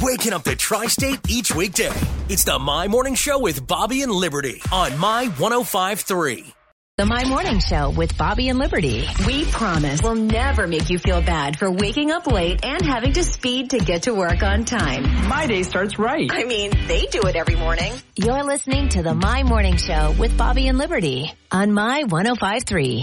waking up the tri state each weekday. It's the My Morning Show with Bobby and Liberty on My 1053. The My Morning Show with Bobby and Liberty. We promise we'll never make you feel bad for waking up late and having to speed to get to work on time. My day starts right. I mean, they do it every morning. oh You're listening to The My Morning Show with Bobby and Liberty on My 1053.